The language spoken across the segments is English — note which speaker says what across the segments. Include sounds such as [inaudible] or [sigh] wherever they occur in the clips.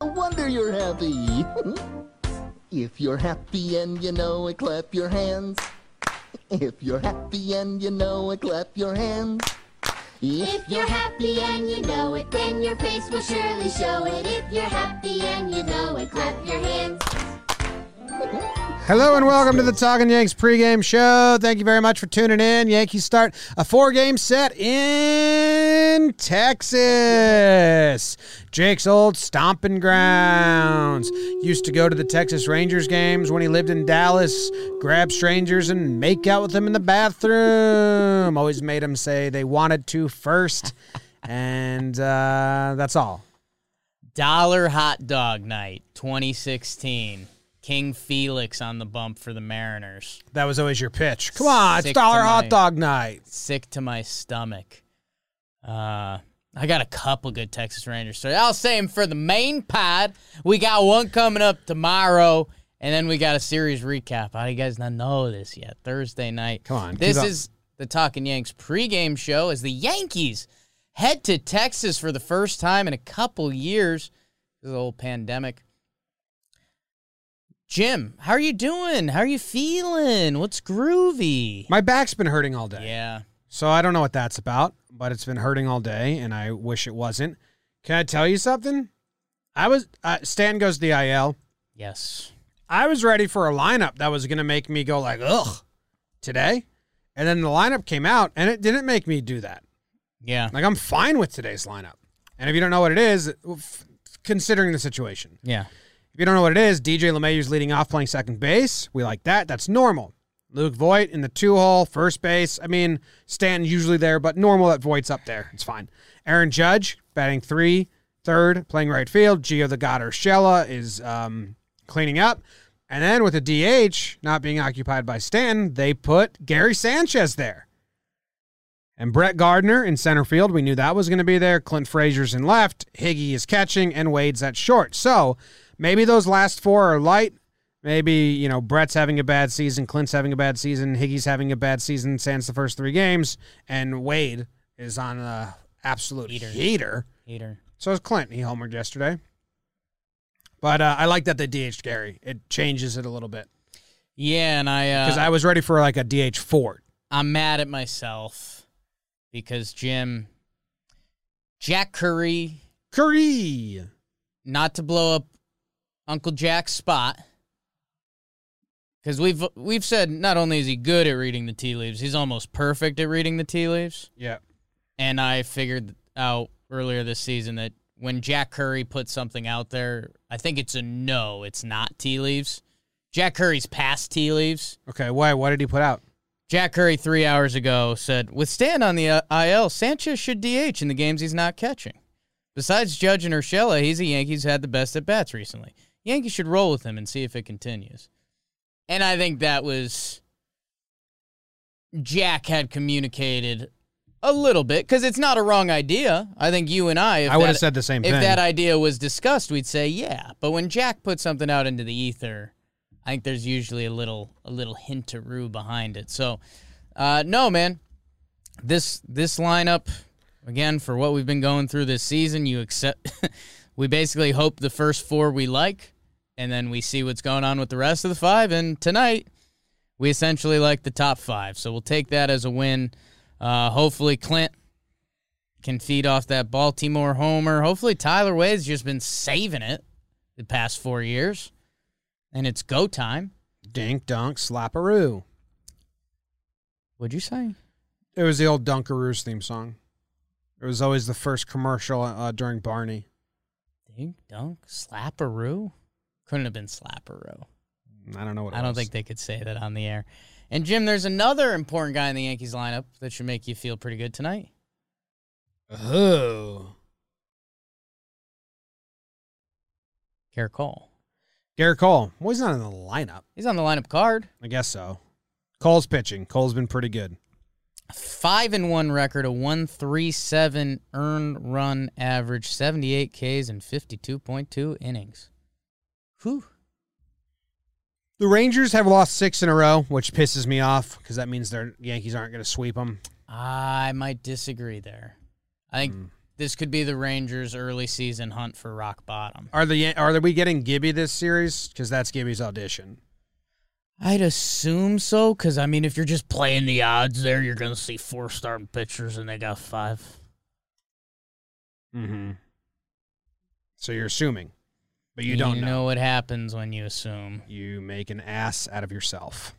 Speaker 1: No wonder you're happy. [laughs] if you're happy and you know it, clap your hands. If you're happy and you know it, clap your hands.
Speaker 2: If you're happy and you know it, then your face will surely show it. If you're happy and you know it, clap your hands.
Speaker 3: Hello and welcome to the Talking Yanks pregame show. Thank you very much for tuning in. Yankees start a four-game set in Texas. Jake's old stomping grounds. Used to go to the Texas Rangers games when he lived in Dallas, grab strangers and make out with them in the bathroom. Always made them say they wanted to first. And uh, that's all.
Speaker 4: Dollar Hot Dog Night 2016. King Felix on the bump for the Mariners.
Speaker 3: That was always your pitch. Come on, it's
Speaker 4: Sick
Speaker 3: dollar hot
Speaker 4: tonight.
Speaker 3: dog night.
Speaker 4: Sick to my stomach. Uh, I got a couple good Texas Rangers stories. I'll say 'em for the main pod. We got one coming up tomorrow, and then we got a series recap. How do you guys not know this yet? Thursday night.
Speaker 3: Come on,
Speaker 4: This
Speaker 3: keep up.
Speaker 4: is the Talking Yanks pregame show as the Yankees head to Texas for the first time in a couple years. This is the whole pandemic. Jim, how are you doing? How are you feeling? What's groovy?
Speaker 3: My back's been hurting all day.
Speaker 4: Yeah.
Speaker 3: So I don't know what that's about, but it's been hurting all day, and I wish it wasn't. Can I tell you something? I was uh, Stan goes to the IL.
Speaker 4: Yes.
Speaker 3: I was ready for a lineup that was going to make me go like ugh today, and then the lineup came out, and it didn't make me do that.
Speaker 4: Yeah.
Speaker 3: Like I'm fine with today's lineup. And if you don't know what it is, f- considering the situation,
Speaker 4: Yeah.
Speaker 3: If you don't know what it is, DJ LeMayu's leading off playing second base. We like that. That's normal. Luke Voigt in the two hole, first base. I mean, Stanton usually there, but normal that Voigt's up there. It's fine. Aaron Judge batting three, third, playing right field. Gio the God Urshela is um, cleaning up. And then with the DH not being occupied by Stanton, they put Gary Sanchez there. And Brett Gardner in center field, we knew that was going to be there. Clint Frazier's in left. Higgy is catching, and Wade's at short. So maybe those last four are light. Maybe, you know, Brett's having a bad season, Clint's having a bad season, Higgy's having a bad season, sans the first three games, and Wade is on a absolute
Speaker 4: Heater.
Speaker 3: heater.
Speaker 4: Peter.
Speaker 3: So is Clint. He homered yesterday. But uh, I like that they DH Gary. It changes it a little bit.
Speaker 4: Yeah, and I
Speaker 3: Because
Speaker 4: uh,
Speaker 3: I was ready for like a DH four.
Speaker 4: I- am mad at myself because Jim Jack Curry,
Speaker 3: Curry.
Speaker 4: not to blow up Uncle Jack's spot. Cause we've we've said not only is he good at reading the tea leaves, he's almost perfect at reading the tea leaves.
Speaker 3: Yeah.
Speaker 4: And I figured out earlier this season that when Jack Curry puts something out there, I think it's a no, it's not tea leaves. Jack Curry's past tea leaves.
Speaker 3: Okay. Why? What did he put out?
Speaker 4: Jack Curry three hours ago said, with Stan on the uh, IL, Sanchez should DH in the games he's not catching. Besides Judge and Urshela, he's a Yankees who had the best at bats recently. Yankees should roll with him and see if it continues. And I think that was Jack had communicated a little bit because it's not a wrong idea. I think you and I, if
Speaker 3: I would have
Speaker 4: that-
Speaker 3: said the same
Speaker 4: if
Speaker 3: thing.
Speaker 4: that uh, idea was discussed, we'd say yeah. But when Jack puts something out into the ether, I think there's usually a little a little hint to rue behind it. So, uh, no, man, this this lineup again for what we've been going through this season. You accept. [laughs] we basically hope the first four we like, and then we see what's going on with the rest of the five. And tonight, we essentially like the top five. So we'll take that as a win. Uh, hopefully, Clint can feed off that Baltimore homer. Hopefully, Tyler Wade's just been saving it the past four years, and it's go time.
Speaker 3: Dink dunk slapperoo.
Speaker 4: What'd you say?
Speaker 3: It was the old Dunkaroos theme song. It was always the first commercial uh, during Barney.
Speaker 4: Dink dunk slapperoo. Couldn't have been slapperoo.
Speaker 3: I don't know what. It
Speaker 4: I don't
Speaker 3: was.
Speaker 4: think they could say that on the air. And Jim, there's another important guy in the Yankees lineup that should make you feel pretty good tonight.
Speaker 3: Oh,
Speaker 4: Garrett Cole.
Speaker 3: Garrett Cole. Well, he's not in the lineup.
Speaker 4: He's on the lineup card.
Speaker 3: I guess so. Cole's pitching. Cole's been pretty good.
Speaker 4: five and one record, a one three seven earned run average, seventy eight Ks and fifty two point two innings. Whew.
Speaker 3: The Rangers have lost six in a row, which pisses me off because that means their Yankees aren't going to sweep them. Hmm.
Speaker 4: I might disagree there. I think This could be the Rangers' early season hunt for rock bottom.
Speaker 3: Are the are we getting Gibby this series? Because that's Gibby's audition.
Speaker 4: I'd assume so, because I mean, if you're just playing the odds there, you're gonna see four starting pitchers and they got five.
Speaker 3: Mm-hmm. So you're assuming, but you, don't know.
Speaker 4: what happens when you assume.
Speaker 3: You make an ass out of yourself.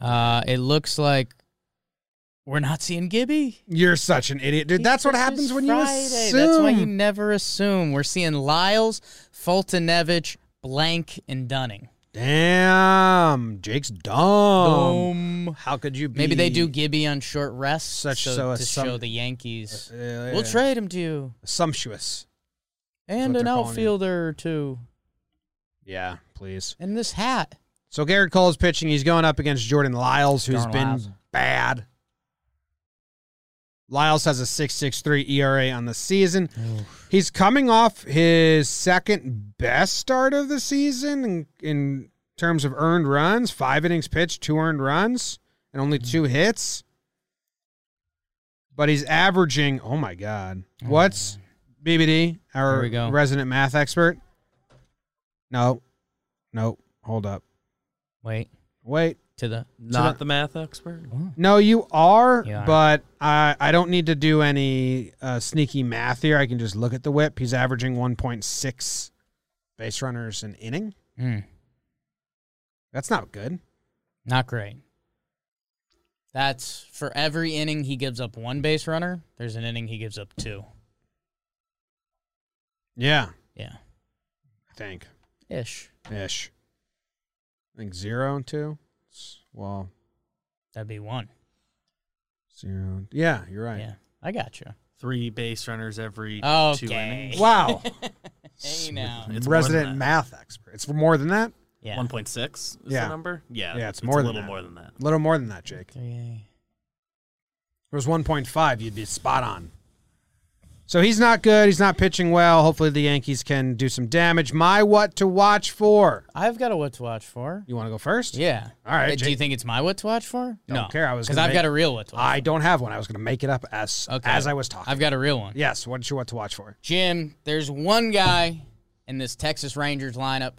Speaker 4: Uh, it looks like we're not seeing Gibby.
Speaker 3: You're such an idiot, dude. That's what
Speaker 4: This
Speaker 3: happens
Speaker 4: is
Speaker 3: when
Speaker 4: Friday.
Speaker 3: you assume.
Speaker 4: That's why you never assume. We're seeing Lyles, Fultonevich, Blank, and Dunning.
Speaker 3: Damn, Jake's dumb.
Speaker 4: Um,
Speaker 3: How could you? be uh,
Speaker 4: Maybe they do Gibby on short rest
Speaker 3: Such
Speaker 4: so,
Speaker 3: so
Speaker 4: to
Speaker 3: assump-
Speaker 4: show the Yankees.
Speaker 3: Uh, yeah,
Speaker 4: We'll
Speaker 3: yeah.
Speaker 4: trade him to you
Speaker 3: Sumptuous.
Speaker 4: and
Speaker 3: what
Speaker 4: an
Speaker 3: they're calling him.
Speaker 4: outfielder or two
Speaker 3: Yeah, please.
Speaker 4: and this hat.
Speaker 3: So Garrett Cole's pitching. He's going up against Jordan Lyles, who's
Speaker 4: Darn
Speaker 3: been
Speaker 4: Lyles.
Speaker 3: bad. Lyles has a 6.63 ERA E on the season. He's coming off his second best start of the season in, in terms of earned runs. Five innings pitched, two earned runs, and only two
Speaker 4: Mm-hmm.
Speaker 3: hits. But he's averaging. Oh my God! What's BBD,
Speaker 4: Here
Speaker 3: our
Speaker 4: we go.
Speaker 3: resident math expert? No, no. Hold up.
Speaker 4: Wait
Speaker 3: Wait.
Speaker 4: to the
Speaker 5: Not the math expert.
Speaker 3: No, you are,
Speaker 4: You are.
Speaker 3: but I, I don't need to do any uh, sneaky math here. I can just look at the whip. He's averaging 1.6 base runners an inning.
Speaker 4: Mm,
Speaker 3: That's not good.
Speaker 4: not great. That's for every inning he gives up one base runner. There's an inning he gives up two.
Speaker 3: Yeah,
Speaker 4: Yeah,
Speaker 3: I think.
Speaker 4: ish.
Speaker 3: Ish. I think zero and two. It's- Well,
Speaker 4: That'd be one.
Speaker 3: zero. Yeah, you're right.
Speaker 4: Yeah, I got you.
Speaker 5: Three base runners every two
Speaker 4: Okay.
Speaker 5: innings. [laughs]
Speaker 3: Wow.
Speaker 4: Hey now.
Speaker 5: It's more than
Speaker 3: Resident
Speaker 5: that.
Speaker 3: math expert. It's more than that?
Speaker 4: Yeah.
Speaker 5: One point six is
Speaker 3: Yeah.
Speaker 5: the number. Yeah,
Speaker 3: Yeah, it's more
Speaker 5: a
Speaker 3: than
Speaker 5: little
Speaker 3: that.
Speaker 5: more than that.
Speaker 3: A little more than that, Jake.
Speaker 4: Three.
Speaker 3: If it was 1.5, you'd be spot on. So he's not good. He's not pitching well. Hopefully the Yankees can do some damage. My what to watch for?
Speaker 4: I've got a what to watch for.
Speaker 3: You want to go first?
Speaker 4: Yeah.
Speaker 3: All right,
Speaker 4: Uh, Do
Speaker 3: Jake.
Speaker 4: you think it's my what to watch for?
Speaker 3: Don't
Speaker 4: no.
Speaker 3: care, I was
Speaker 4: because
Speaker 3: gonna
Speaker 4: I've got
Speaker 3: make-
Speaker 4: a real what to watch.
Speaker 3: I don't have one. I was going to make it up as
Speaker 4: Okay.
Speaker 3: as I was talking.
Speaker 4: I've got a real one.
Speaker 3: yes. What's your what to watch for?
Speaker 4: Jim, there's one guy in this Texas Rangers lineup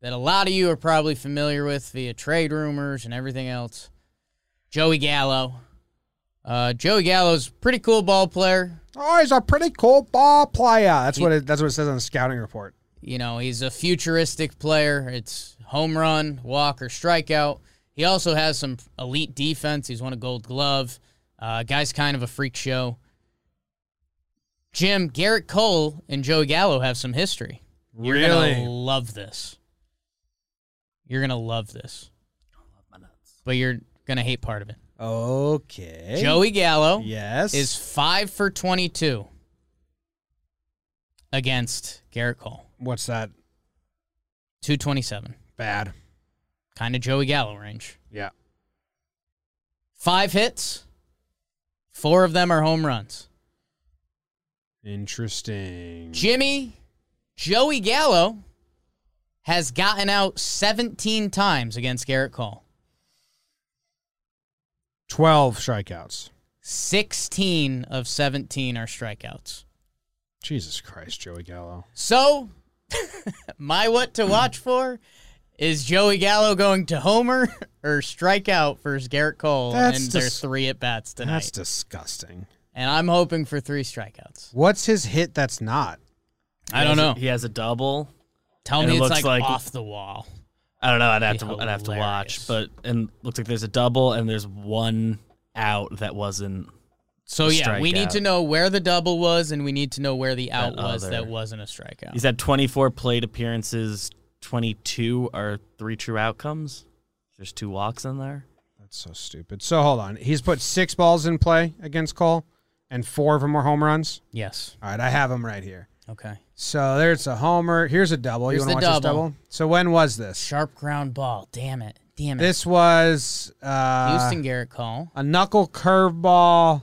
Speaker 4: that a lot of you are probably familiar with via trade rumors and everything else. Joey Gallo. Uh, Joey Gallo's a pretty cool ball player.
Speaker 3: Oh, he's a pretty cool ball player. That's what it, that's what it says on the scouting report.
Speaker 4: You know, he's a futuristic player. It's home run, walk, or strikeout. He also has some elite defense. He's won a gold glove. Uh, guy's kind of a freak show. Jim, Garrett Cole, and Joey Gallo have some history. You're
Speaker 3: Really?
Speaker 4: gonna love this. You're gonna love this. But you're gonna hate part of it.
Speaker 3: Okay.
Speaker 4: Joey Gallo
Speaker 3: Yes.
Speaker 4: is five for twenty-two against Garrett Cole.
Speaker 3: what's that?
Speaker 4: Two twenty-seven.
Speaker 3: Bad.
Speaker 4: kind of Joey Gallo range.
Speaker 3: Yeah.
Speaker 4: Five hits, four of them are home runs.
Speaker 3: Interesting.
Speaker 4: Jimmy Joey Gallo has gotten out 17 times against Garrett Cole.
Speaker 3: 12 strikeouts.
Speaker 4: 16 of 17 are strikeouts.
Speaker 3: Jesus Christ, Joey Gallo.
Speaker 4: So, [laughs] my what to watch for is Joey Gallo going to homer [laughs] or strikeout versus Garrett Cole
Speaker 3: That's
Speaker 4: and their
Speaker 3: dis-
Speaker 4: three at bats tonight.
Speaker 3: That's disgusting.
Speaker 4: and I'm hoping for three strikeouts.
Speaker 3: What's his hit that's not?
Speaker 4: I don't
Speaker 5: He
Speaker 4: know.
Speaker 5: has a- He has a double.
Speaker 4: Tell
Speaker 5: and
Speaker 4: me
Speaker 5: it
Speaker 4: it's
Speaker 5: looks
Speaker 4: like,
Speaker 5: like-
Speaker 4: off the wall.
Speaker 5: I don't know. I'd have
Speaker 4: Be
Speaker 5: to. I'd have to
Speaker 4: hilarious.
Speaker 5: watch. But and looks like there's a double and there's one out that wasn't.
Speaker 4: So
Speaker 5: a
Speaker 4: yeah, we need to
Speaker 5: strikeout.
Speaker 4: know where the double was, and we need to know where the out
Speaker 5: That
Speaker 4: was
Speaker 5: other-
Speaker 4: that wasn't a strikeout.
Speaker 5: He's had 24 plate appearances. 22 are three true outcomes. There's two walks in there.
Speaker 3: That's so stupid. So hold on. He's put six balls in play against Cole, and four of them were home runs.
Speaker 4: yes.
Speaker 3: All right, I have him right here.
Speaker 4: Okay.
Speaker 3: So there's a homer. Here's a double.
Speaker 4: Here's
Speaker 3: you want to
Speaker 4: the
Speaker 3: watch
Speaker 4: double.
Speaker 3: this double? So when was this?
Speaker 4: Sharp ground ball. Damn it. Damn it.
Speaker 3: This was uh,
Speaker 4: Houston Garrett call.
Speaker 3: a knuckle curveball.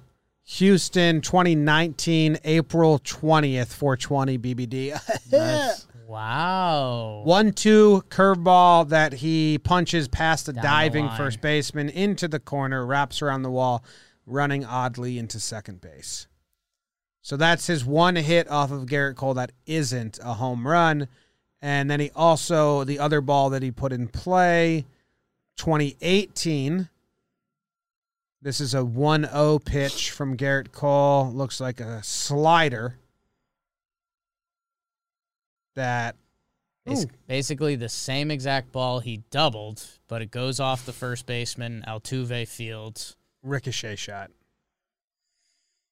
Speaker 3: Houston 2019, April 20th, 420 [laughs] BBD.
Speaker 4: Wow.
Speaker 3: One two curveball that he punches past the
Speaker 4: Down the
Speaker 3: diving
Speaker 4: line.
Speaker 3: first baseman into the corner, wraps around the wall, running oddly into second base. So that's his one hit off of Garrett Cole that isn't a home run. And then he also, the other ball that he put in play, 2018. This is a 1 0 pitch from Garrett Cole. Looks like a slider that
Speaker 4: Bas- basically the same exact ball he doubled, but it goes off the first baseman Altuve Fields.
Speaker 3: ricochet shot.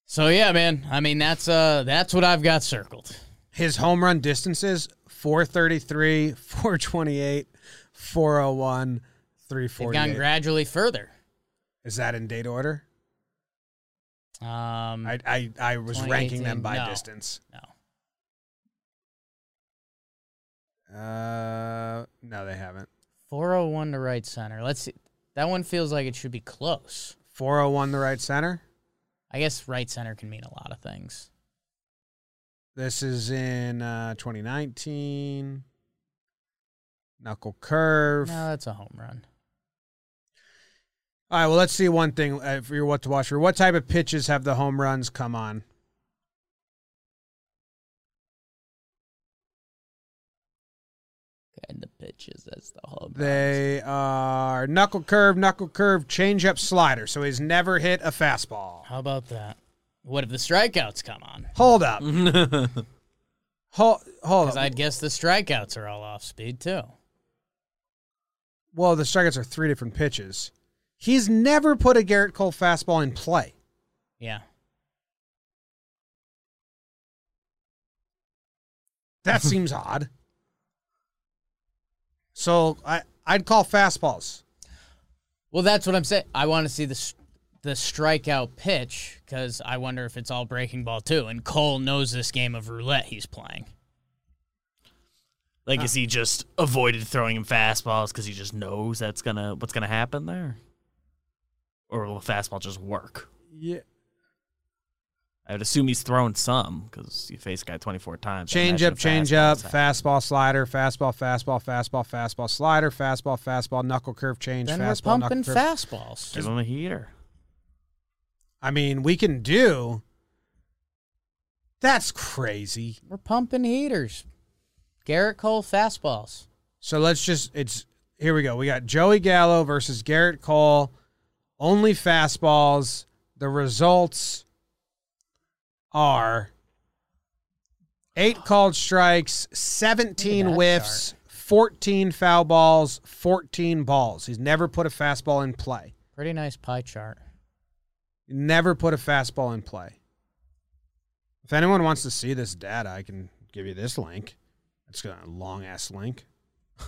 Speaker 4: So yeah, man. I mean, that's uh, that's what I've got circled.
Speaker 3: His home run distances 433, 428, 401,
Speaker 4: They've gone
Speaker 3: 348.
Speaker 4: gradually further.
Speaker 3: Is that in date order?
Speaker 4: Um,
Speaker 3: I I, I was ranking them
Speaker 4: 2018,
Speaker 3: by
Speaker 4: no.
Speaker 3: distance.
Speaker 4: no,
Speaker 3: Uh, no, they haven't.
Speaker 4: 401 to right center. Let's see. That one feels like it should be close.
Speaker 3: 401 the right center.
Speaker 4: I guess right center can mean a lot of things.
Speaker 3: This is in uh, 2019. Knuckle curve.
Speaker 4: No, that's a home run.
Speaker 3: All right, well, let's see one thing uh, for your what to watch for. What type of pitches have the home runs come on?
Speaker 4: And the pitches, that's the home
Speaker 3: They are knuckle curve, knuckle curve, change up slider. So he's never hit a fastball.
Speaker 4: How about that? What if the strikeouts come on?
Speaker 3: Hold up. Hold, hold up.
Speaker 4: Because I'd guess the strikeouts are all off speed too.
Speaker 3: well, the strikeouts are three different pitches. He's never put a Garrett Cole fastball in play.
Speaker 4: Yeah.
Speaker 3: That seems odd. So I, I'd call fastballs.
Speaker 4: Well, that's what I'm saying. I want to see the s- the strikeout pitch because I wonder if it's all breaking ball too. And Cole knows this game of roulette he's playing.
Speaker 5: Like, is he just avoided throwing him fastballs because he just knows that's gonna what's gonna happen there, or will the fastball just work?
Speaker 3: Yeah.
Speaker 5: I would assume he's thrown some because you face a guy twenty four times. I
Speaker 3: Change
Speaker 5: imagine
Speaker 3: up,
Speaker 5: a
Speaker 3: change
Speaker 5: fastball
Speaker 3: up,
Speaker 5: is-
Speaker 3: fastball, slider, fastball, fastball, fastball, fastball, slider, fastball, fastball, knuckle curve, change,
Speaker 4: Then we're
Speaker 3: fastball,
Speaker 4: pumping
Speaker 3: knuckle curve.
Speaker 4: fastballs.
Speaker 5: Give him a heater.
Speaker 3: I mean, we can do. That's crazy.
Speaker 4: We're pumping heaters. Garrett Cole fastballs.
Speaker 3: So let's just it's here we go. We got Joey Gallo versus Garrett Cole. Only fastballs. The results are eight called strikes,
Speaker 4: Look
Speaker 3: 17
Speaker 4: at that
Speaker 3: whiffs, 14 foul balls, 14 balls. He's never put a fastball in play.
Speaker 4: Pretty nice pie chart.
Speaker 3: Never put a fastball in play. If anyone wants to see this data, I can give you this link. It's got a long ass link. [laughs]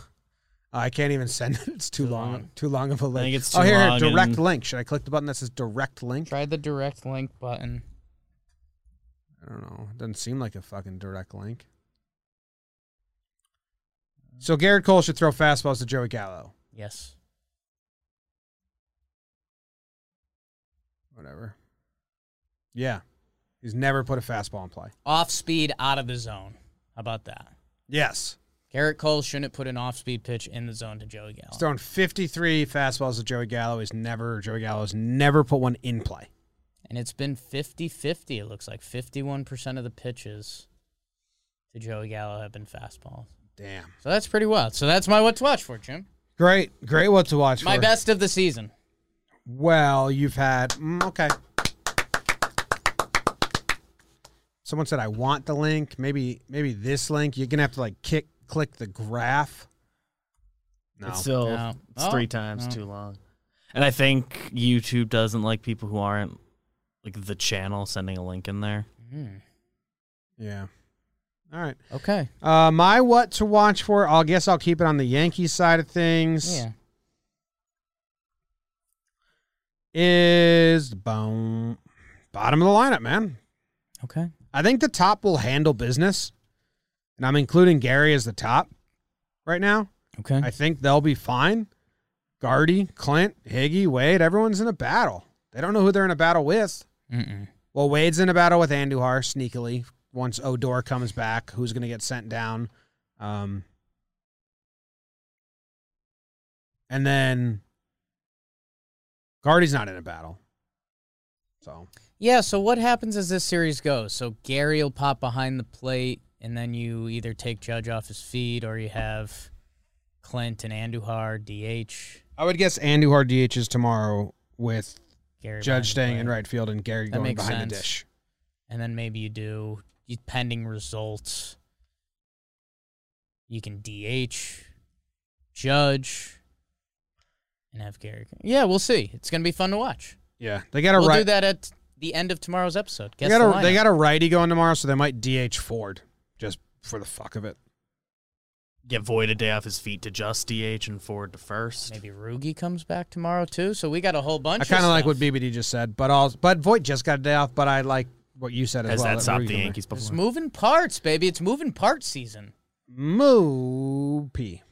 Speaker 3: I can't even send it. It's too,
Speaker 4: Too
Speaker 3: long.
Speaker 4: long.
Speaker 3: Too long of a link.
Speaker 5: think it's
Speaker 3: oh,
Speaker 5: too
Speaker 3: here,
Speaker 5: long
Speaker 3: here direct
Speaker 5: and-
Speaker 3: link. Should I click the button that says direct link?
Speaker 4: Try the direct link button.
Speaker 3: I don't know. It doesn't seem like a fucking direct link. So Garrett Cole should throw fastballs to Joey Gallo.
Speaker 4: Yes.
Speaker 3: Whatever. Yeah. He's never put a fastball in play.
Speaker 4: Off speed out of the zone. How about that?
Speaker 3: Yes.
Speaker 4: Garrett Cole shouldn't put an off speed pitch in the zone to Joey Gallo.
Speaker 3: He's thrown 53 fastballs to Joey Gallo. He's never Joey Gallo's never put one in play.
Speaker 4: And it's been 50 50. It looks like 51% of the pitches to Joey Gallo have been fastballs.
Speaker 3: Damn.
Speaker 4: So that's pretty wild. So that's my what to watch for, Jim.
Speaker 3: Great, great what to watch.
Speaker 4: My
Speaker 3: for.
Speaker 4: best of the season.
Speaker 3: Well, you've had mm, okay. Someone said I want the link. Maybe maybe this link. You're gonna have to like kick click the graph. No.
Speaker 5: It's still
Speaker 4: No.
Speaker 5: it's
Speaker 4: Oh,
Speaker 5: three times
Speaker 4: no.
Speaker 5: too long. And I think YouTube doesn't like people who aren't like the channel sending a link in there.
Speaker 3: Mm-hmm. yeah. All right.
Speaker 4: Okay.
Speaker 3: Uh, my what to watch for? I guess I'll keep it on the Yankees side of things.
Speaker 4: Yeah.
Speaker 3: Is boom, bottom of the lineup, man.
Speaker 4: Okay.
Speaker 3: I think the top will handle business, and I'm including Gary as the top right now.
Speaker 4: Okay.
Speaker 3: I think they'll be fine. Guardy, Clint, Higgy, Wade, everyone's in a battle. They don't know who they're in a battle with.
Speaker 4: Mm-mm.
Speaker 3: Well, Wade's in a battle with Andujar sneakily. Once Odor comes back, who's going to get sent down? Um, and then Guardy's not in a battle. So
Speaker 4: Yeah, so what happens as this series goes? So Gary will pop behind the plate, and then you either take Judge off his feet or you have Clint and Andujar, DH,
Speaker 3: I would guess Andujar DHs tomorrow with
Speaker 4: Gary. behind
Speaker 3: Judge
Speaker 4: the
Speaker 3: staying in
Speaker 4: plate.
Speaker 3: right field and Gary
Speaker 4: That
Speaker 3: going
Speaker 4: makes
Speaker 3: behind the
Speaker 4: sense.
Speaker 3: dish.
Speaker 4: And then maybe you do, you, pending results, you can DH, Judge, and have Gary. Yeah, we'll see. It's going to be fun to watch.
Speaker 3: Yeah, they got a
Speaker 4: we'll do
Speaker 3: right.
Speaker 4: that at the end of tomorrow's episode.
Speaker 3: They
Speaker 4: Guess
Speaker 3: got
Speaker 4: the
Speaker 3: a, they
Speaker 4: lineup.
Speaker 3: got a righty going tomorrow, so they might DH Ford just for the fuck of it.
Speaker 5: Get Void a day off his feet to just DH and forward to first.
Speaker 4: Maybe Rugi comes back tomorrow too. So we got a whole bunch.
Speaker 3: I kind of like
Speaker 4: stuff.
Speaker 3: what BBD just said, but all but Voight just got a day off. But I like what you said as
Speaker 5: Has
Speaker 3: well.
Speaker 5: that
Speaker 3: Rudy
Speaker 5: stopped the
Speaker 3: can-
Speaker 5: Yankees
Speaker 4: It's
Speaker 5: before?
Speaker 4: moving parts, baby. It's moving parts season.
Speaker 3: Moo P.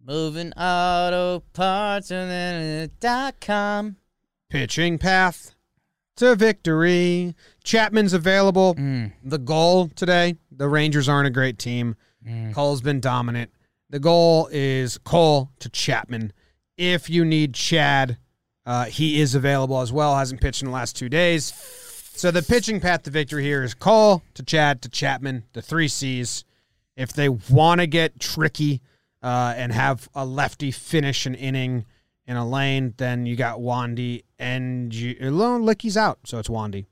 Speaker 4: Moving auto parts and then dot com.
Speaker 3: Pitching path to victory. Chapman's available. The goal today, the Rangers aren't a great team. Cole's been dominant. The goal is Cole to Chapman. If you need Chad, uh, he is available as well. Hasn't pitched in the last two days. So the pitching path to victory here is Cole to Chad to Chapman, the three C's. If they want to get tricky uh, and have a lefty finish an inning in a lane, then you got Wandy and you, Lone Licky's out. So it's Wandy.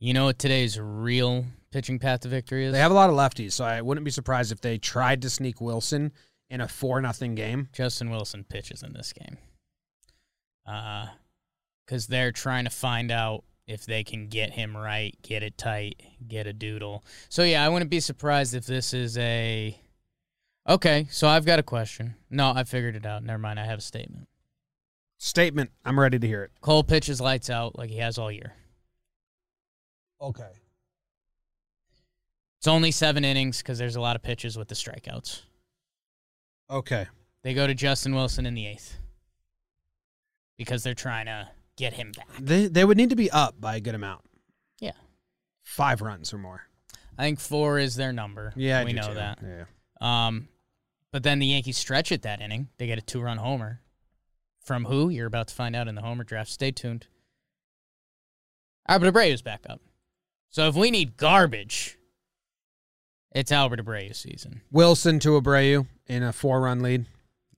Speaker 4: You know what today's real pitching path to victory is?
Speaker 3: They have a lot of lefties, so I wouldn't be surprised if they tried to sneak Wilson in a four nothing game.
Speaker 4: Justin Wilson pitches in this game. Uh, because they're trying to find out if they can get him right, get it tight, get a doodle. So yeah, I wouldn't be surprised if this is a. Okay, so I've got a question. No, I figured it out. Never mind. I have a statement.
Speaker 3: Statement. I'm ready to hear it.
Speaker 4: Cole pitches lights out like he has all year.
Speaker 3: Okay.
Speaker 4: It's only seven innings because there's a lot of pitches with the strikeouts.
Speaker 3: Okay.
Speaker 4: They go to Justin Wilson in the eighth because they're trying to get him back.
Speaker 3: They they would need to be up by a good amount,
Speaker 4: Yeah.
Speaker 3: five runs or more.
Speaker 4: I think four is their number.
Speaker 3: Yeah, I
Speaker 4: we
Speaker 3: do
Speaker 4: know
Speaker 3: too.
Speaker 4: that.
Speaker 3: Yeah.
Speaker 4: Um, but then the Yankees stretch it that inning. They get a two run homer. From who? You're about to find out in the homer draft. Stay tuned. Albert Abreu's back up. So if we need garbage, it's Albert Abreu season.
Speaker 3: Wilson to Abreu in a four run lead.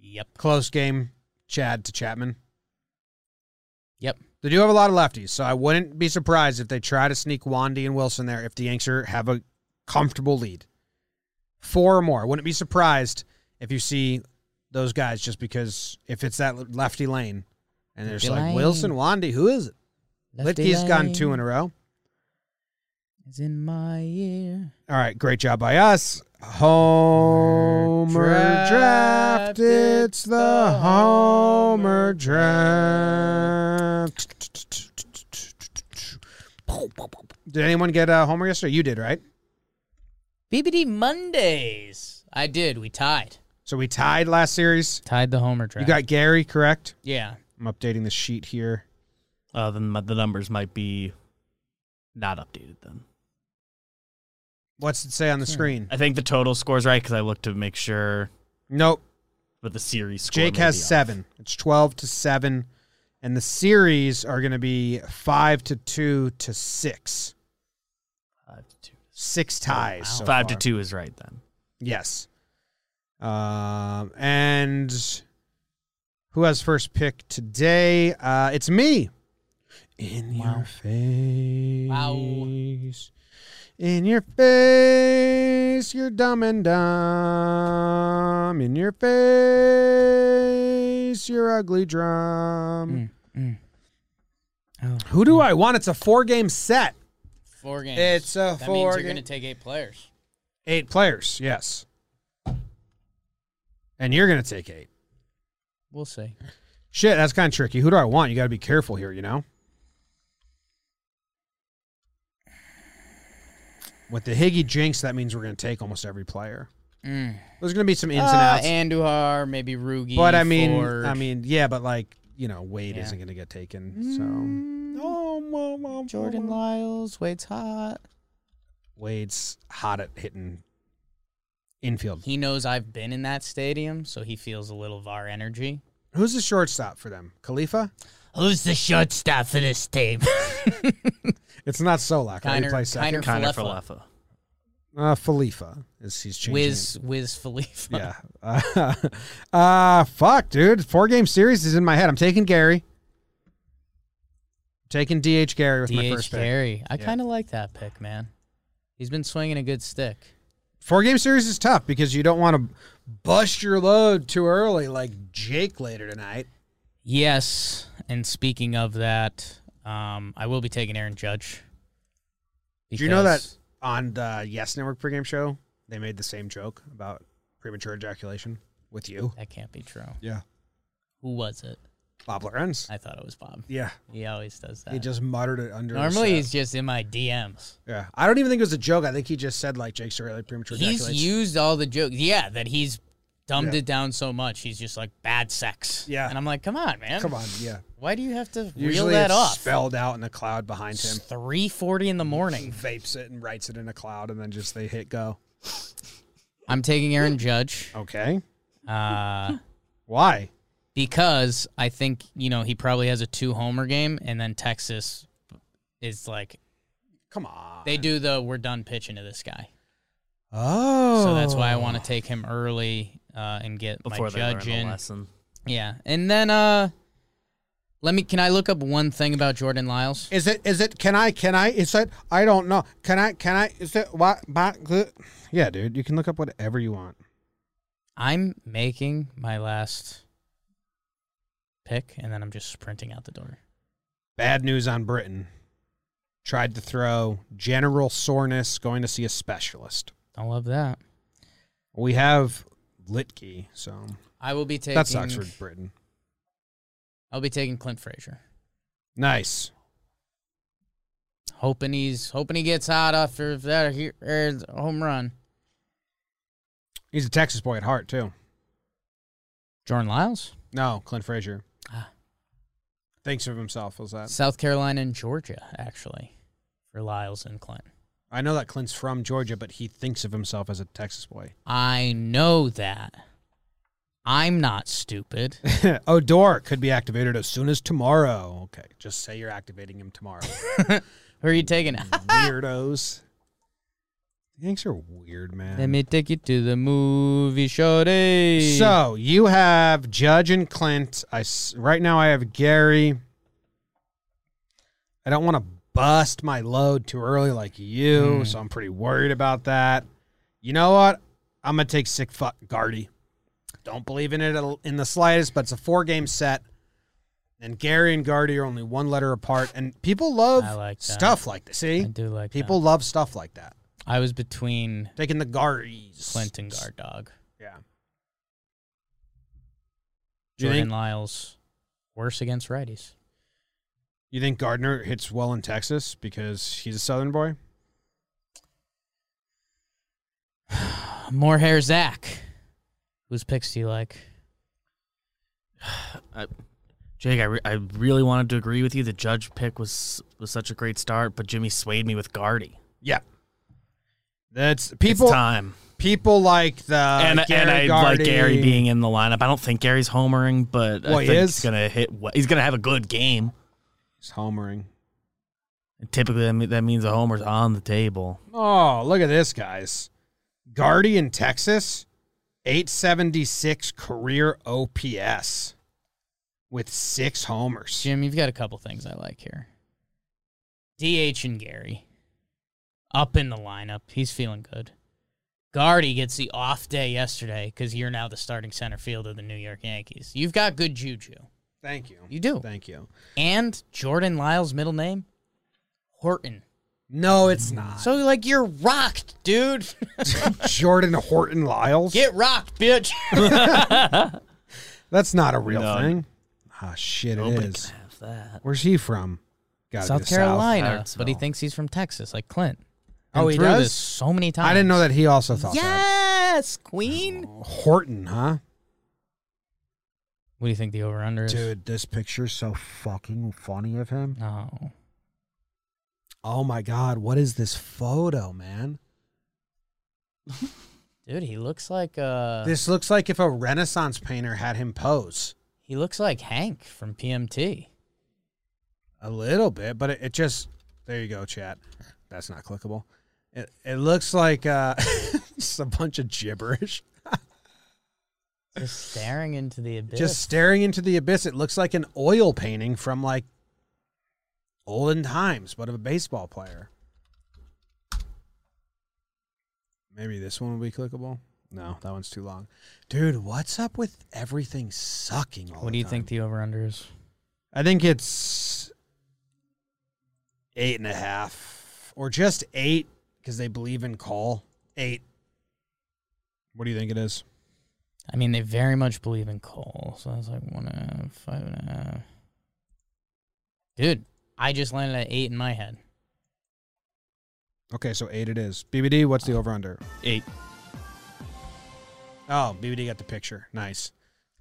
Speaker 4: Yep.
Speaker 3: Close game. Chad to Chapman.
Speaker 4: Yep.
Speaker 3: They do have a lot of lefties, so I wouldn't be surprised if they try to sneak Wandy and Wilson there if the Yanks are, have a comfortable lead. Four or more. I wouldn't be surprised if you see those guys just because if it's that lefty lane and there's
Speaker 4: Lefty
Speaker 3: like
Speaker 4: lane.
Speaker 3: Wilson, Wandy, who is it? Litke's gone two in a row.
Speaker 4: Is in my ear.
Speaker 3: All right, great job by us. Homer
Speaker 4: Draft,
Speaker 3: draft. It's
Speaker 4: it's
Speaker 3: the
Speaker 4: the
Speaker 3: Homer
Speaker 4: Homer
Speaker 3: draft. Did anyone get a homer yesterday? You did, right?
Speaker 4: BBD Mondays. I did. We tied.
Speaker 3: So we tied last series.
Speaker 4: Tied the homer
Speaker 3: You
Speaker 4: draft.
Speaker 3: got Gary, correct?
Speaker 4: yeah.
Speaker 3: I'm updating the sheet here.
Speaker 5: Uh, then the numbers might be not updated then.
Speaker 3: What's it say on the screen?
Speaker 5: I think the total score's right because I looked to make sure,
Speaker 3: Nope.
Speaker 5: but the series score.
Speaker 3: Jake
Speaker 5: may
Speaker 3: has
Speaker 5: be off.
Speaker 3: seven. It's twelve to seven, and the series are going to be five to two to six.
Speaker 5: Five to two.
Speaker 3: Six ties. so
Speaker 5: Oh, Five to
Speaker 3: far.
Speaker 5: two is right then.
Speaker 3: Yes. Um, and who has first pick today? Uh, it's me. In
Speaker 4: Wow.
Speaker 3: your face.
Speaker 4: Wow.
Speaker 3: In your face, you're dumb and dumb. In your face, you're ugly drum.
Speaker 4: Mm, Oh.
Speaker 3: Who do I want? It's a four game set.
Speaker 4: Four games.
Speaker 3: It's a
Speaker 4: that
Speaker 3: four
Speaker 4: means you're
Speaker 3: game-
Speaker 4: going to take eight players.
Speaker 3: Eight players, yes. And you're going to take eight.
Speaker 4: We'll see.
Speaker 3: Shit, that's kind of tricky. Who do I want? You got to be careful here, you know? With the Higgy jinx, that means we're going to take almost every player.
Speaker 4: Mm.
Speaker 3: There's going to be some ins and
Speaker 4: Uh,
Speaker 3: outs.
Speaker 4: Andujar, maybe Rugi.
Speaker 3: but I mean,
Speaker 4: Ford.
Speaker 3: I mean, yeah, but like, you know, Wade
Speaker 4: Yeah. Mm.
Speaker 3: isn't going to get taken. So. Oh, well, well,
Speaker 4: Jordan
Speaker 3: well.
Speaker 4: Lyles, Wade's hot.
Speaker 3: Wade's hot at hitting infield.
Speaker 4: He knows I've been in that stadium, so he feels a little VAR energy.
Speaker 3: Who's the shortstop for them? Khalifa?
Speaker 4: Who's the shortstop for this [laughs] team?
Speaker 3: It's not Solak. right? He
Speaker 4: Kiner,
Speaker 3: plays second.
Speaker 4: Kiner,
Speaker 5: Connor
Speaker 4: Falefa,
Speaker 5: Falefa.
Speaker 3: Uh, Khalifa is he's changing. it.
Speaker 4: Wiz, Wiz Falefa.
Speaker 3: Yeah. [laughs] Uh, uh, fuck, dude. Four game series is in my head. I'm taking Gary. taking DH Gary with my
Speaker 4: DH
Speaker 3: first pick.
Speaker 4: Gary. I kind of like that pick, man. He's been swinging a good stick.
Speaker 3: Four game series is tough because you don't want to bust your load too early like Jake later tonight.
Speaker 4: Yes, and speaking of that, um, I will be taking Aaron Judge.
Speaker 3: Do you know that
Speaker 4: because-
Speaker 3: on the Yes Network pregame show, they made the same joke about premature ejaculation with you?
Speaker 4: That can't be true.
Speaker 3: Yeah.
Speaker 4: Who was it?
Speaker 3: Bob Lorenz.
Speaker 4: I thought it was Bob.
Speaker 3: Yeah.
Speaker 4: He always does that.
Speaker 3: He just muttered it under his
Speaker 4: Normally
Speaker 3: breath.
Speaker 4: he's just in my DMs.
Speaker 3: Yeah. I don't even think it was a joke. I think he just said like Jake Sorelli premature
Speaker 4: He's
Speaker 3: ejaculates.
Speaker 4: used all the jokes. Yeah, that he's dumbed
Speaker 3: Yeah.
Speaker 4: it down so much. He's just like bad sex.
Speaker 3: Yeah.
Speaker 4: and I'm like, come on, man.
Speaker 3: Come on, yeah.
Speaker 4: Why do you have to
Speaker 3: Usually
Speaker 4: reel that
Speaker 3: it's
Speaker 4: off?
Speaker 3: spelled out in a cloud behind him.
Speaker 4: Three forty in the morning.
Speaker 3: Vapes it and writes it in a cloud, and then just they hit go.
Speaker 4: I'm taking Aaron Judge
Speaker 3: Okay.
Speaker 4: uh,
Speaker 3: Why?
Speaker 4: because I think you know he probably has a two homer game, and then Texas is like
Speaker 3: Come on.
Speaker 4: they do the we're done pitching to this guy.
Speaker 3: oh.
Speaker 4: So that's why I want to take him early uh, and get
Speaker 5: Before
Speaker 4: my
Speaker 5: they learn
Speaker 4: judge
Speaker 5: the
Speaker 4: in.
Speaker 5: lesson.
Speaker 4: Yeah, and then uh, let me. Can I look up one thing about Jordan Lyles?
Speaker 3: Is it? Is it? Can I? Can I? Is it? I don't know. Can I? Can I? Is it? What? But, yeah, dude. You can look up whatever you want.
Speaker 4: I'm making my last pick, and then I'm just sprinting out the door.
Speaker 3: Bad news on Britain. Tried to throw general soreness. Going to see a specialist.
Speaker 4: Don't love that.
Speaker 3: We have Litke, so
Speaker 4: I will be taking.
Speaker 3: that sucks for Britain.
Speaker 4: I'll be taking Clint Frazier.
Speaker 3: Nice.
Speaker 4: Hoping he's hoping he gets hot after that he- er, home run.
Speaker 3: He's a Texas boy at heart too.
Speaker 4: Jordan Lyles,
Speaker 3: No, Clint Frazier.
Speaker 4: Ah.
Speaker 3: Thinks of himself as that.
Speaker 4: Uh, South Carolina and Georgia, actually, for Lyles and Clint.
Speaker 3: I know that Clint's from Georgia, but he thinks of himself as a Texas [laughs] boy.
Speaker 4: I know that. I'm
Speaker 3: [laughs]
Speaker 4: not stupid.
Speaker 3: Odor Oh, could be activated as soon as tomorrow. Okay, just say you're activating him tomorrow. [laughs]
Speaker 4: Who are you taking?
Speaker 3: Weirdos. Yanks are weird,
Speaker 4: Let
Speaker 3: man.
Speaker 4: me take you to the movie show day.
Speaker 3: So you have Judge and Clint. I s- right now I have Gary. I don't want to bust my load too early like
Speaker 4: Hmm.
Speaker 3: you, so I'm pretty worried about that. You know what? I'm gonna take sick fuck Guardy. Don't believe in it at- in the slightest, but it's a four game set, and Gary and Guardy are only one letter apart. And people love
Speaker 4: I like that.
Speaker 3: stuff like this. See,
Speaker 4: I do like
Speaker 3: people love stuff like that.
Speaker 4: that. I was between
Speaker 3: Taking the Guardies,
Speaker 4: Clint and Guard Dog.
Speaker 3: Yeah. Do you
Speaker 4: Jordan
Speaker 3: think
Speaker 4: Lyles worse against righties.
Speaker 3: you think Gardner hits well in Texas because he's a Southern boy?
Speaker 4: More hair Zach. Whose picks do you like?
Speaker 5: Jake, I, re- I really wanted to agree with you. The judge pick was was such a great start, but Jimmy swayed me with Guardy.
Speaker 3: Yeah. That's
Speaker 5: it's
Speaker 3: people.
Speaker 5: time,
Speaker 3: People like the
Speaker 5: and
Speaker 3: Gary
Speaker 5: and I like
Speaker 3: Gardy.
Speaker 5: Gary being in the lineup. I don't think Gary's homering, but
Speaker 3: Well,
Speaker 5: I
Speaker 3: he
Speaker 5: think
Speaker 3: is.
Speaker 5: he's gonna hit. we- He's gonna have a good game.
Speaker 3: He's homering.
Speaker 5: Typically, that me- that means a homer's on the table.
Speaker 3: Oh, look at this, guys. Guardy in Texas, 876 career OPS with six homers.
Speaker 4: Jim, you've got a couple things I like here. DH and Gary. Up in the lineup. He's feeling good. Guardy gets the off day yesterday because you're now the starting center field of the New York Yankees. You've got good juju.
Speaker 3: Thank you.
Speaker 4: You do.
Speaker 3: Thank you.
Speaker 4: And Jordan Lyles' middle name? Horton.
Speaker 3: No, it's not.
Speaker 4: So, like, you're rocked, dude. [laughs]
Speaker 3: Jordan Horton Lyles.
Speaker 4: Get
Speaker 3: [laughs]
Speaker 4: rocked, bitch.
Speaker 3: That's not a real
Speaker 5: No.
Speaker 3: thing. Ah, shit, it
Speaker 5: Nobody
Speaker 3: is.
Speaker 5: can have that.
Speaker 3: Where's he from? Gotta be
Speaker 4: South
Speaker 3: the
Speaker 4: Carolina.
Speaker 5: South.
Speaker 4: But he thinks he's from Texas, like Clint.
Speaker 3: Oh,
Speaker 4: Been
Speaker 3: he
Speaker 4: through
Speaker 3: does?
Speaker 4: this so many times.
Speaker 3: I didn't know that Oh. he also thought that.
Speaker 4: Yes, Queen.
Speaker 3: Horton, huh?
Speaker 4: What do you think the over under is?
Speaker 3: Dude, this picture's so fucking funny of him.
Speaker 4: Oh.
Speaker 3: Oh my god, what is this photo, man?
Speaker 4: Dude, he looks uh, like uh
Speaker 3: This looks like if a Renaissance painter had him pose.
Speaker 4: He looks like Hank from PMT.
Speaker 3: A little bit, but it, it just there you go, chat. That's not clickable. It, it looks like uh, [laughs] just a bunch of gibberish.
Speaker 4: Just staring into the abyss.
Speaker 3: Just staring into the abyss. It looks like an oil painting from like olden times, but of a baseball player. Maybe this one will be clickable. No, that one's too long. Dude, what's up with everything sucking? All
Speaker 4: what
Speaker 3: the
Speaker 4: do you
Speaker 3: time?
Speaker 4: think the over under is?
Speaker 3: I think it's eight and a half, or just eight, because they believe in call. Eight. What do you think it is?
Speaker 4: I mean, they very much believe in Cole, so that's like one and a half, five and a half. Dude, I just landed at eight in my head.
Speaker 3: Okay, so eight it is. BBD, what's the over under?
Speaker 5: Eight.
Speaker 3: Oh, BBD got the picture. Nice.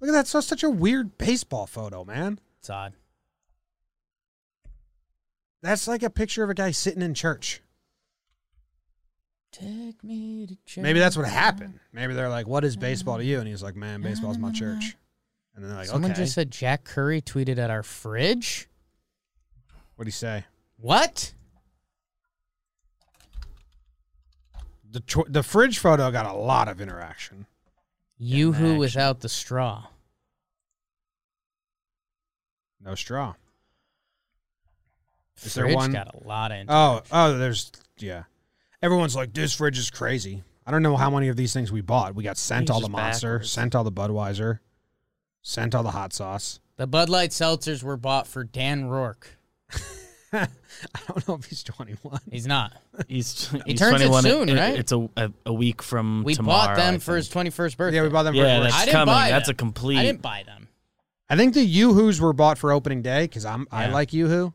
Speaker 3: Look at that. So such a weird baseball photo, man.
Speaker 4: It's odd.
Speaker 3: That's like a picture of a guy sitting in church.
Speaker 4: Take me to church.
Speaker 3: Maybe that's what happened. Maybe they're like, "What is baseball to you?" And he's like, "Man, baseball's my church." And then they're like,
Speaker 4: Someone
Speaker 3: "Okay."
Speaker 4: just said Jack Curry tweeted at our fridge.
Speaker 3: What'd he say?
Speaker 4: What?
Speaker 3: The tw- the fridge photo got a lot of interaction.
Speaker 4: You who
Speaker 5: action.
Speaker 4: without the straw.
Speaker 3: No straw. Is there
Speaker 4: fridge
Speaker 3: one-
Speaker 4: got a lot of.
Speaker 3: Oh, oh, there's yeah. Everyone's like, this fridge is crazy. I don't know how many of these things we bought. We got sent
Speaker 5: Things
Speaker 3: all the
Speaker 5: just
Speaker 3: monster,
Speaker 5: backwards.
Speaker 3: sent all the Budweiser, sent all the hot sauce. [laughs]
Speaker 4: The Bud Light seltzers were bought for Dan Rourke.
Speaker 3: I don't know if he's 21.
Speaker 4: He's not.
Speaker 5: He's, [laughs]
Speaker 4: He
Speaker 5: he's
Speaker 4: turns it
Speaker 5: 21.
Speaker 4: soon,
Speaker 5: It-
Speaker 4: right?
Speaker 5: It's a, a, a week from
Speaker 4: We
Speaker 5: tomorrow.
Speaker 4: bought
Speaker 5: I
Speaker 4: them for
Speaker 5: think.
Speaker 4: his 21st birthday.
Speaker 3: Yeah, we bought them.
Speaker 5: Yeah,
Speaker 3: for
Speaker 5: that's
Speaker 4: I didn't
Speaker 5: coming.
Speaker 4: buy
Speaker 5: that's
Speaker 4: them.
Speaker 5: a complete.
Speaker 4: I didn't buy them.
Speaker 3: I think the Yoo-Hoos were bought for opening day because I'm I
Speaker 5: Yeah.
Speaker 3: like Yoo-Hoo.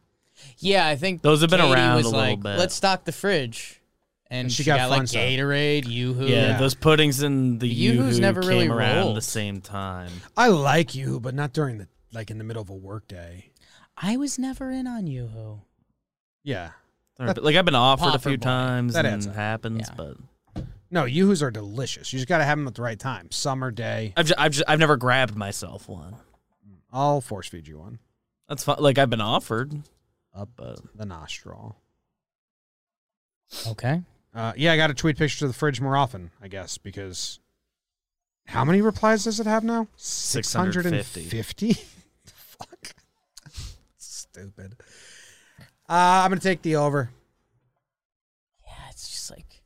Speaker 4: Yeah, I think
Speaker 5: Those have been
Speaker 4: Katie
Speaker 5: around
Speaker 4: was
Speaker 5: a little
Speaker 4: like,
Speaker 5: bit.
Speaker 4: Let's stock the fridge, and, she, got,
Speaker 3: fun
Speaker 4: like
Speaker 3: stuff.
Speaker 4: Gatorade, YooHoo.
Speaker 5: yeah,
Speaker 3: Yeah.
Speaker 5: those puddings and the
Speaker 4: The Yoo-Hoo's
Speaker 5: Yoo-Hoo
Speaker 4: never
Speaker 5: came
Speaker 4: really
Speaker 5: around
Speaker 4: rolled.
Speaker 5: the same time.
Speaker 3: I like Yoo-Hoo, but not during the like in the middle of a work day.
Speaker 4: I was never in on YooHoo.
Speaker 3: Yeah.
Speaker 5: like I've been offered
Speaker 4: Popper
Speaker 5: a few
Speaker 4: boy.
Speaker 5: times
Speaker 3: That
Speaker 5: and
Speaker 3: adds
Speaker 5: it
Speaker 3: up.
Speaker 5: happens,
Speaker 4: Yeah.
Speaker 5: but
Speaker 3: No, Yoo-Hoos are delicious. You just got to have them at the right time. Summer day.
Speaker 5: I've just, I've just, I've never grabbed myself one.
Speaker 3: I'll force feed you one
Speaker 5: That's fine. Like I've been offered.
Speaker 3: up
Speaker 5: But-
Speaker 3: the nostril.
Speaker 4: Okay,
Speaker 3: Uh, yeah, I got to tweet pictures of the fridge more often, I guess, because how many replies does it have now?
Speaker 5: 650.
Speaker 3: 650? [laughs] Fuck. [laughs] Stupid. Uh, I'm going to take the over.
Speaker 4: yeah, it's just like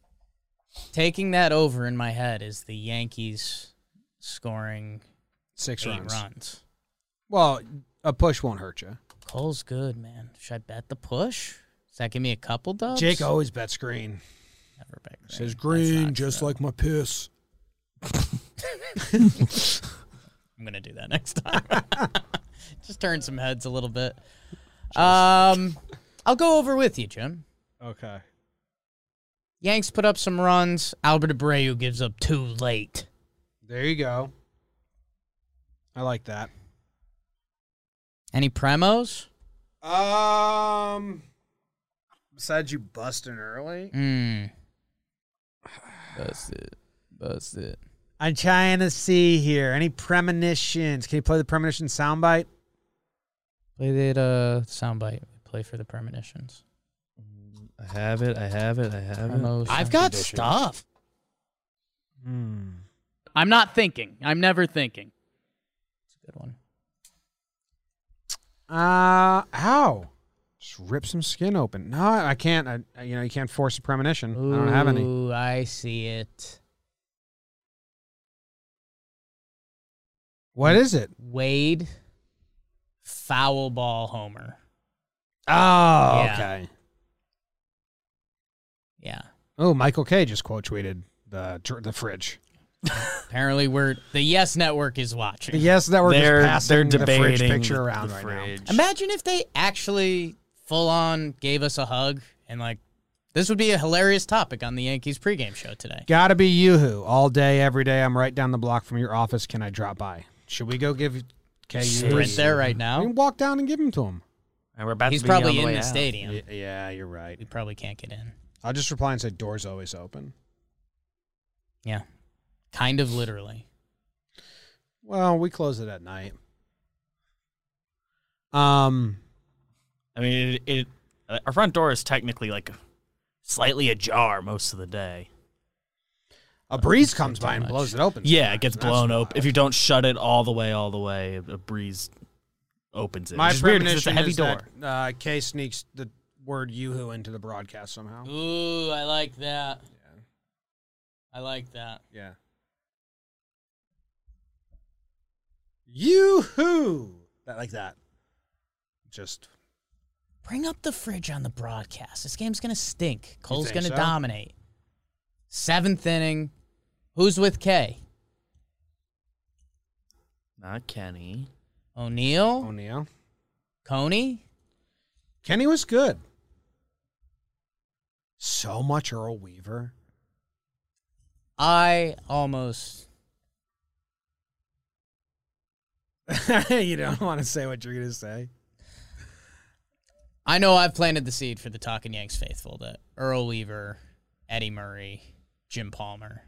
Speaker 4: taking that over in my head is the Yankees scoring
Speaker 3: Six
Speaker 4: eight
Speaker 3: runs.
Speaker 4: runs.
Speaker 3: Well, a push won't hurt you.
Speaker 4: Cole's good, man. Should I bet the push? Does that give me a couple dubs?
Speaker 3: Jake always bets green.
Speaker 4: Never bet green.
Speaker 3: Says
Speaker 4: That's
Speaker 3: green,
Speaker 4: not
Speaker 3: just
Speaker 4: true.
Speaker 3: like my piss.
Speaker 4: I'm gonna do that [laughs] next
Speaker 3: [laughs]
Speaker 4: time. just turn some heads a little bit. Um, I'll go over with you, Jim.
Speaker 3: Okay.
Speaker 4: Yanks put up some runs. Albert Abreu gives up too late.
Speaker 3: There you go. I like that.
Speaker 4: Any premos?
Speaker 3: Um. Besides you busting early,
Speaker 4: Mm. That's it. That's it.
Speaker 3: I'm trying to see here. Any premonitions? Can you play the premonition soundbite?
Speaker 4: Play that uh, soundbite. Play for the premonitions.
Speaker 5: I have it. I have it. I have
Speaker 4: Premos. I've got stuff.
Speaker 3: Hmm.
Speaker 4: I'm not thinking. I'm never thinking. It's a good one.
Speaker 3: Uh, ow. Just rip some skin open. No, I I can't. I, I- you know, you can't force a premonition. I don't have any.
Speaker 4: Ooh, I see it.
Speaker 3: What is it?
Speaker 4: Wade foul ball homer.
Speaker 3: Oh,
Speaker 4: Yeah.
Speaker 3: okay.
Speaker 4: Yeah.
Speaker 3: Oh, Michael K just quote tweeted the tr- the fridge.
Speaker 4: Apparently, we're the Yes Network is
Speaker 3: The [laughs]
Speaker 4: watching.
Speaker 3: yes network
Speaker 5: They're
Speaker 3: is
Speaker 5: they're
Speaker 3: passing the
Speaker 5: debating
Speaker 3: fridge picture around
Speaker 5: the
Speaker 3: right now.
Speaker 5: fridge.
Speaker 4: Imagine if they actually full on gave us a hug and like this would be a hilarious topic on the Yankees pregame show today.
Speaker 3: Gotta be YooHoo all day, every day. I'm right down the block from your office. Can I drop by? Should we go give K
Speaker 4: Sprint there right
Speaker 3: We
Speaker 4: now.
Speaker 3: can walk down and give him to him.
Speaker 5: And we're about
Speaker 4: He's
Speaker 5: to be on
Speaker 4: probably
Speaker 5: the
Speaker 4: in
Speaker 5: way
Speaker 4: the
Speaker 5: out.
Speaker 4: stadium.
Speaker 3: Y- Yeah, you're right.
Speaker 4: We probably can't get in.
Speaker 3: I'll just reply and say doors always open.
Speaker 4: Yeah. Kind of literally.
Speaker 3: Well, we close it at night. Um,
Speaker 5: I mean, it, it uh, our front door is technically like slightly ajar most of the day.
Speaker 3: a breeze comes by and blows it open.
Speaker 5: Yeah, it gets
Speaker 3: That's
Speaker 5: blown open. If you don't shut it all the way, all the way, a a breeze opens it.
Speaker 3: My
Speaker 5: which is weird 'cause
Speaker 3: premonition
Speaker 5: it's a heavy
Speaker 3: is
Speaker 5: door.
Speaker 3: that uh, Kay sneaks the word "yoo-hoo" into the broadcast somehow.
Speaker 4: Ooh, I like that. I like that.
Speaker 3: Yeah. Yoo-hoo! That like that. Just
Speaker 4: Bring up the fridge on the broadcast. This game's gonna stink. Cole's
Speaker 3: think
Speaker 4: gonna
Speaker 3: so?
Speaker 4: dominate. Seventh inning. Who's with K?
Speaker 5: Not Kenny.
Speaker 4: O'Neill?
Speaker 3: O'Neill.
Speaker 4: Coney?
Speaker 3: Kenny was good. So much Earl Weaver. [laughs]
Speaker 4: I almost
Speaker 3: you don't want to say what you're gonna say.
Speaker 4: I know I've planted the seed for the Talking Yanks faithful that Earl Weaver, Eddie Murray, Jim Palmer.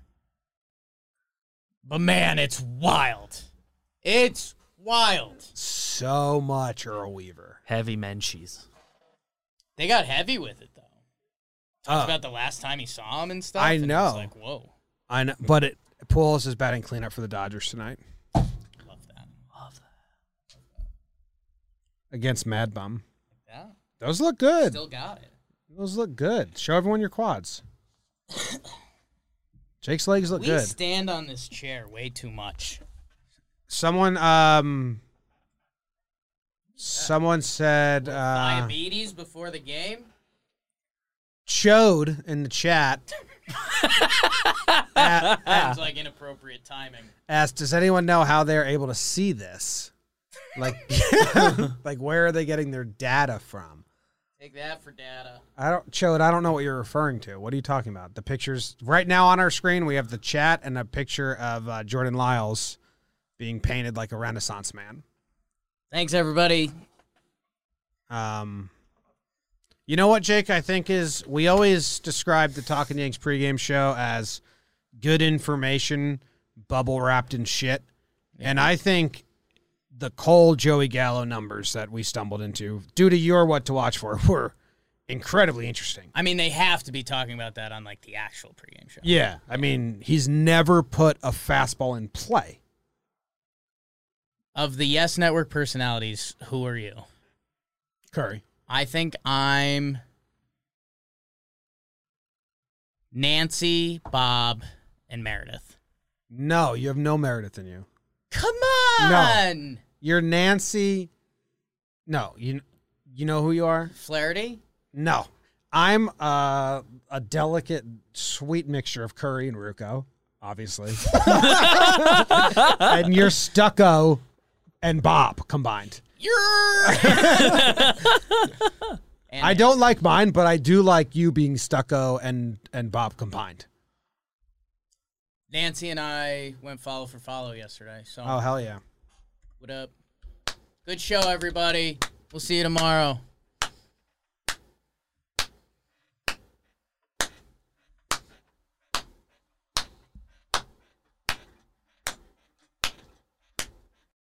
Speaker 4: But man, it's wild. It's wild.
Speaker 3: So much Earl Weaver.
Speaker 5: Heavy Menchies.
Speaker 4: They got heavy with it though.
Speaker 3: Oh,
Speaker 4: About the last time he saw him and stuff.
Speaker 3: I
Speaker 4: and it
Speaker 3: know.
Speaker 4: was like, whoa,
Speaker 3: I know, but it Pujols is batting cleanup for the Dodgers tonight
Speaker 4: love that. Love that.
Speaker 3: against Mad Bum.
Speaker 4: Yeah.
Speaker 3: Those look good.
Speaker 4: Still got it.
Speaker 3: Those look good. Show everyone your quads. [coughs] Jake's legs look
Speaker 4: we
Speaker 3: good.
Speaker 4: stand on this chair way too much.
Speaker 3: someone um someone said uh
Speaker 4: Diabetes before the game?
Speaker 3: chode in the chat. A-
Speaker 4: That's like inappropriate timing.
Speaker 3: asked, does anyone know how they're able to see this? Like [laughs] like where are they getting their data from?
Speaker 4: Take that for data.
Speaker 3: I don't, Chode, I don't know what you're referring to. What are you talking about? The pictures right now on our screen, we have the chat and a picture of uh, Jordan Lyles being painted like a Renaissance man.
Speaker 4: Thanks, everybody.
Speaker 3: Um, you know what, Jake? I think is we always describe the Talking Yanks pregame show as good information, bubble wrapped in shit, and I think the Cole Joey Gallo numbers that we stumbled into due to your what to watch for [laughs] were incredibly interesting.
Speaker 4: I mean, they have to be talking about that on like the actual pregame show.
Speaker 3: Yeah, I mean, he's never put a fastball in play.
Speaker 4: Of the Yes Network personalities, who are you?
Speaker 3: Curry.
Speaker 4: I think I'm Nancy, Bob, and Meredith.
Speaker 3: No, you have no Meredith in you.
Speaker 4: Come on,
Speaker 3: You're Nancy. No, you you know who you are?
Speaker 4: Flaherty.
Speaker 3: No. I'm uh, a delicate, sweet mixture of Curry and Ruco, obviously. [laughs] and you're Stucco and Bob combined. [laughs]
Speaker 4: And
Speaker 3: I don't like mine, but I do like you being Stucco and, and Bob combined.
Speaker 4: Nancy and I went follow for follow yesterday. So
Speaker 3: Oh, hell yeah.
Speaker 4: what up? Good show, everybody. We'll see you tomorrow.